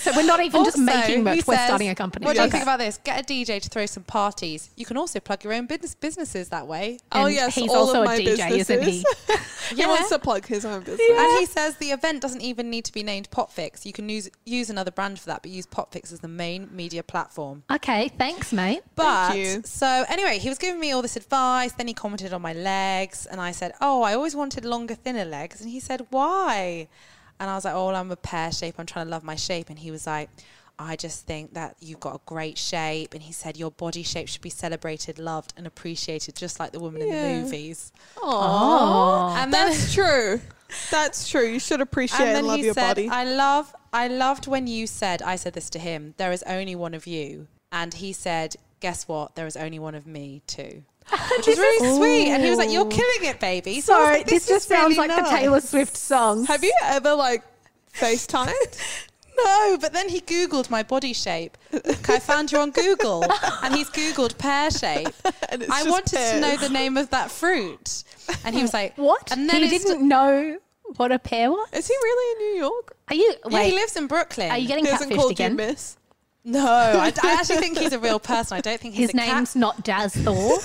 A: So we're not even just
C: Also,
A: making
C: he
A: merch; we're
C: says,
A: starting a company.
C: What do you
A: Okay.
C: think about this? Get a DJ to throw some parties. You can also plug your own business businesses that way.
B: Oh
A: And
B: yes,
A: he's
B: all
A: also
B: of
A: a
B: my
A: DJ,
B: businesses.
A: isn't he?
B: he wants to plug his own business.
C: And he says the event doesn't even need to be named Potfix. You can use use another brand for that, but use Potfix as the main media platform.
A: Okay, thanks, mate.
C: But
B: you.
C: so anyway, he was giving me all this advice. Then he commented on my legs, and I said, "Oh, I always wanted longer, thinner legs." And he said, "Why?" And I was like, "Oh, well, I'm a pear shape. I'm trying to love my shape." And he was like, "I just think that you've got a great shape." And he said, "Your body shape should be celebrated, loved, and appreciated, just like the woman in
B: Yeah.
C: the movies." Uh-huh.
A: Oh,
C: And then
B: That's true. That's true. You should appreciate and,
C: and then
B: love
C: he
B: your
C: said,
B: body.
C: I love I loved when you said I said this to him, there is only one of you. And he said, Guess what? There is only one of me too. Which was really sweet. And he was like, You're killing it, baby. So I was
A: sorry.
C: like,
A: this,
C: is
A: just sounds
C: really
A: like
C: nice.
A: the Taylor Swift song.
B: Have you ever like FaceTimed?
C: No, but then he Googled my body shape. Look, I found you on Google. And he's Googled pear shape.
B: And it's
C: I
B: just
C: wanted to
B: pears.
C: know the name of that fruit. And he was like,
A: What?
C: And then
A: he
C: it's-
A: didn't know what a pair was.
B: Is he really in New York?
A: Are you?
C: Yeah,
A: Wait,
C: he lives in Brooklyn.
A: are you getting
B: He hasn't
A: catfished
B: called
A: again?
B: you miss.
C: no, I, I actually think he's a real person. I don't think he's
A: His
C: a cat
A: name's not Jazz Thor.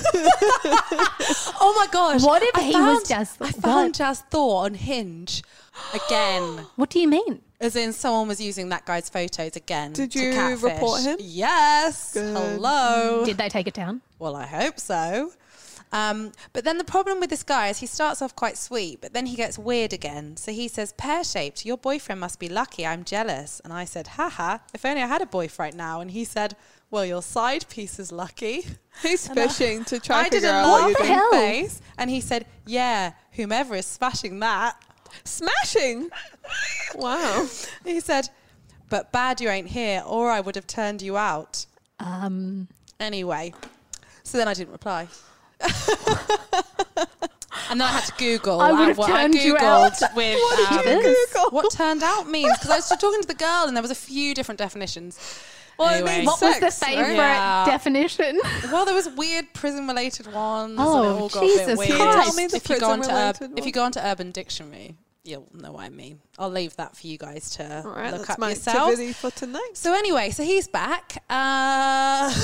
C: Oh my gosh.
A: What if
C: I
A: he was
C: found-
A: Jazz Thor?
C: I found
A: What?
C: Jazz Thor on Hinge again.
A: what do you mean?
C: As in someone was using that guy's photos again.
B: Did
C: to
B: you
C: catfish.
B: report him?
C: Yes.
B: Good.
C: Hello.
A: Did they take it down?
C: Well, I hope so. Um, but then the problem with this guy is he starts off quite sweet, but then he gets weird again. So he says, Pear shaped, your boyfriend must be lucky. I'm jealous. And I said, haha, if only I had a boyfriend now. And he said, well, your side piece is lucky.
B: He's fishing to try
C: I
B: to
C: did
B: figure
C: a
B: out what you
A: the
B: think.
A: hell?
C: laughing face, and he said, "Yeah, whomever is smashing that."
B: Smashing. Wow.
C: He said, "But bad you ain't here, or I would have turned you out."
A: Um,
C: Anyway, so then I didn't reply. and then I had to Google.
A: I would
C: and
A: have
C: what I
A: turned you
C: googled
A: out.
C: With,
A: What
C: um,
A: did you
B: Google?
C: what turned out means because I was talking to the girl, and there was a few different definitions.
B: Well, it
C: anyway,
B: means
A: what was the
B: Sex, right?
A: favorite
C: Yeah.
A: definition?
C: Well, there was weird prison-related ones.
A: Oh,
C: and it all got a
A: Jesus
C: bit weird.
A: Christ.
B: Tell me the
C: if you go onto Ur-
B: prison-related
C: if you go onto Urban Dictionary, you'll know what I mean. I'll leave that for you guys to
B: All right,
C: look
B: that's
C: up
B: my
C: yourselves.
B: activity for tonight.
C: So anyway, so he's back. Uh,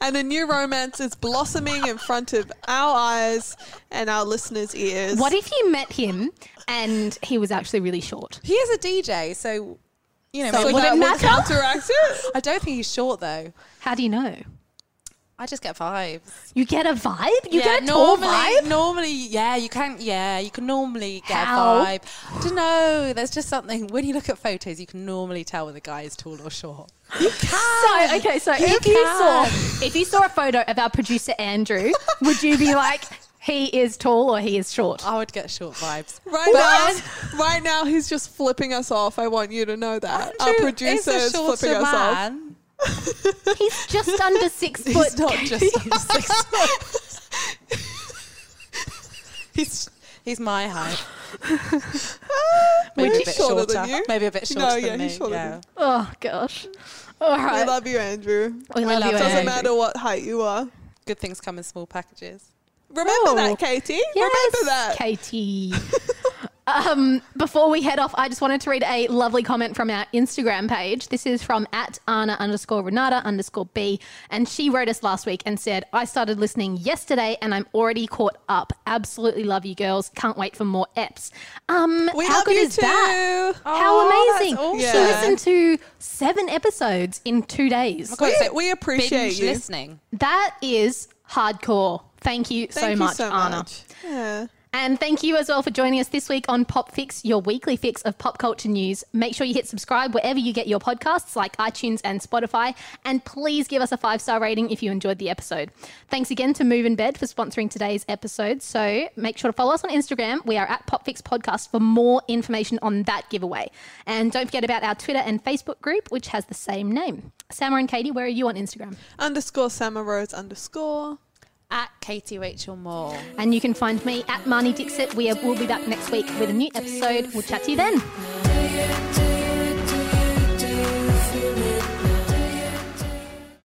B: And a new romance is blossoming in front of our eyes and our listeners' ears.
A: What if you met him and he was actually really short?
C: he is a DJ, so you know.
B: so
C: maybe
A: would
B: that
A: it
B: will
A: matter?
B: counteract it?
C: I don't think he's short though.
A: How do you know?
C: I just get vibes.
A: You get a vibe? You
C: yeah,
A: get a tall
C: normally,
A: vibe?
C: normally, yeah, you can, yeah, you can normally get
A: How?
C: a vibe. I don't know. There's just something when you look at photos, you can normally tell whether a guy is tall or short.
A: So, okay, so if you saw if you saw a photo of our producer Andrew, would you be like, he is tall or he is short?
C: I would get short vibes.
B: Right now, right now, he's just flipping us off. I want you to know that our
C: Andrew
B: producer
C: a
B: is
C: shorter
B: flipping us off.
C: man.
A: Oh, He's just under six foot.
C: He's not just six he's he's my height. Maybe a
B: He's
C: bit
B: shorter
C: shorter.
B: than you.
C: Maybe a bit
B: No,
C: shorter
B: yeah,
C: than
B: he's
C: me.
B: shorter
C: yeah.
B: than
A: Oh gosh. All
B: We
A: right.
B: love you, Andrew.
A: We love,
C: love
A: you.
C: it.
B: Doesn't
A: Andrew.
B: matter what height you are.
C: Good things come in small packages.
B: Remember
A: Oh.
B: that, Katie.
A: Yes,
B: Remember that.
A: Katie. Um, before we head off, I just wanted to read a lovely comment from our Instagram page. This is from at Anna underscore Renata underscore B. And she wrote us last week and said, I started listening yesterday and I'm already caught up. Absolutely love you girls. Can't wait for more EPs. Um,
B: We
A: how
B: love
A: good
B: you
A: is that?
B: too.
A: how
F: Oh,
A: amazing.
F: that's
A: She
B: awesome.
A: listened to seven episodes in two days.
B: We,
F: so
B: we appreciate
F: binge
B: you.
F: listening.
A: That is hardcore. Thank you so
B: Thank you
A: much,
B: so
A: Anna.
B: much. Yeah.
A: And thank you as well for joining us this week on Pop Fix, your weekly fix of pop culture news. Make sure you hit subscribe wherever you get your podcasts, like iTunes and Spotify. And please give us a five star rating if you enjoyed the episode. Thanks again to Move in Bed for sponsoring today's episode. So make sure to follow us on Instagram. We are at Pop Fix Podcast for more information on that giveaway. And don't forget about our Twitter and Facebook group, which has the same name. Sama and Katie, where are you on Instagram?
B: Underscore Sama Rose underscore.
C: At Katie Rachel Moore.
A: And you can find me at Marnie Dixit. We will be back next week with a new episode. We'll chat to you then.
G: Do you, do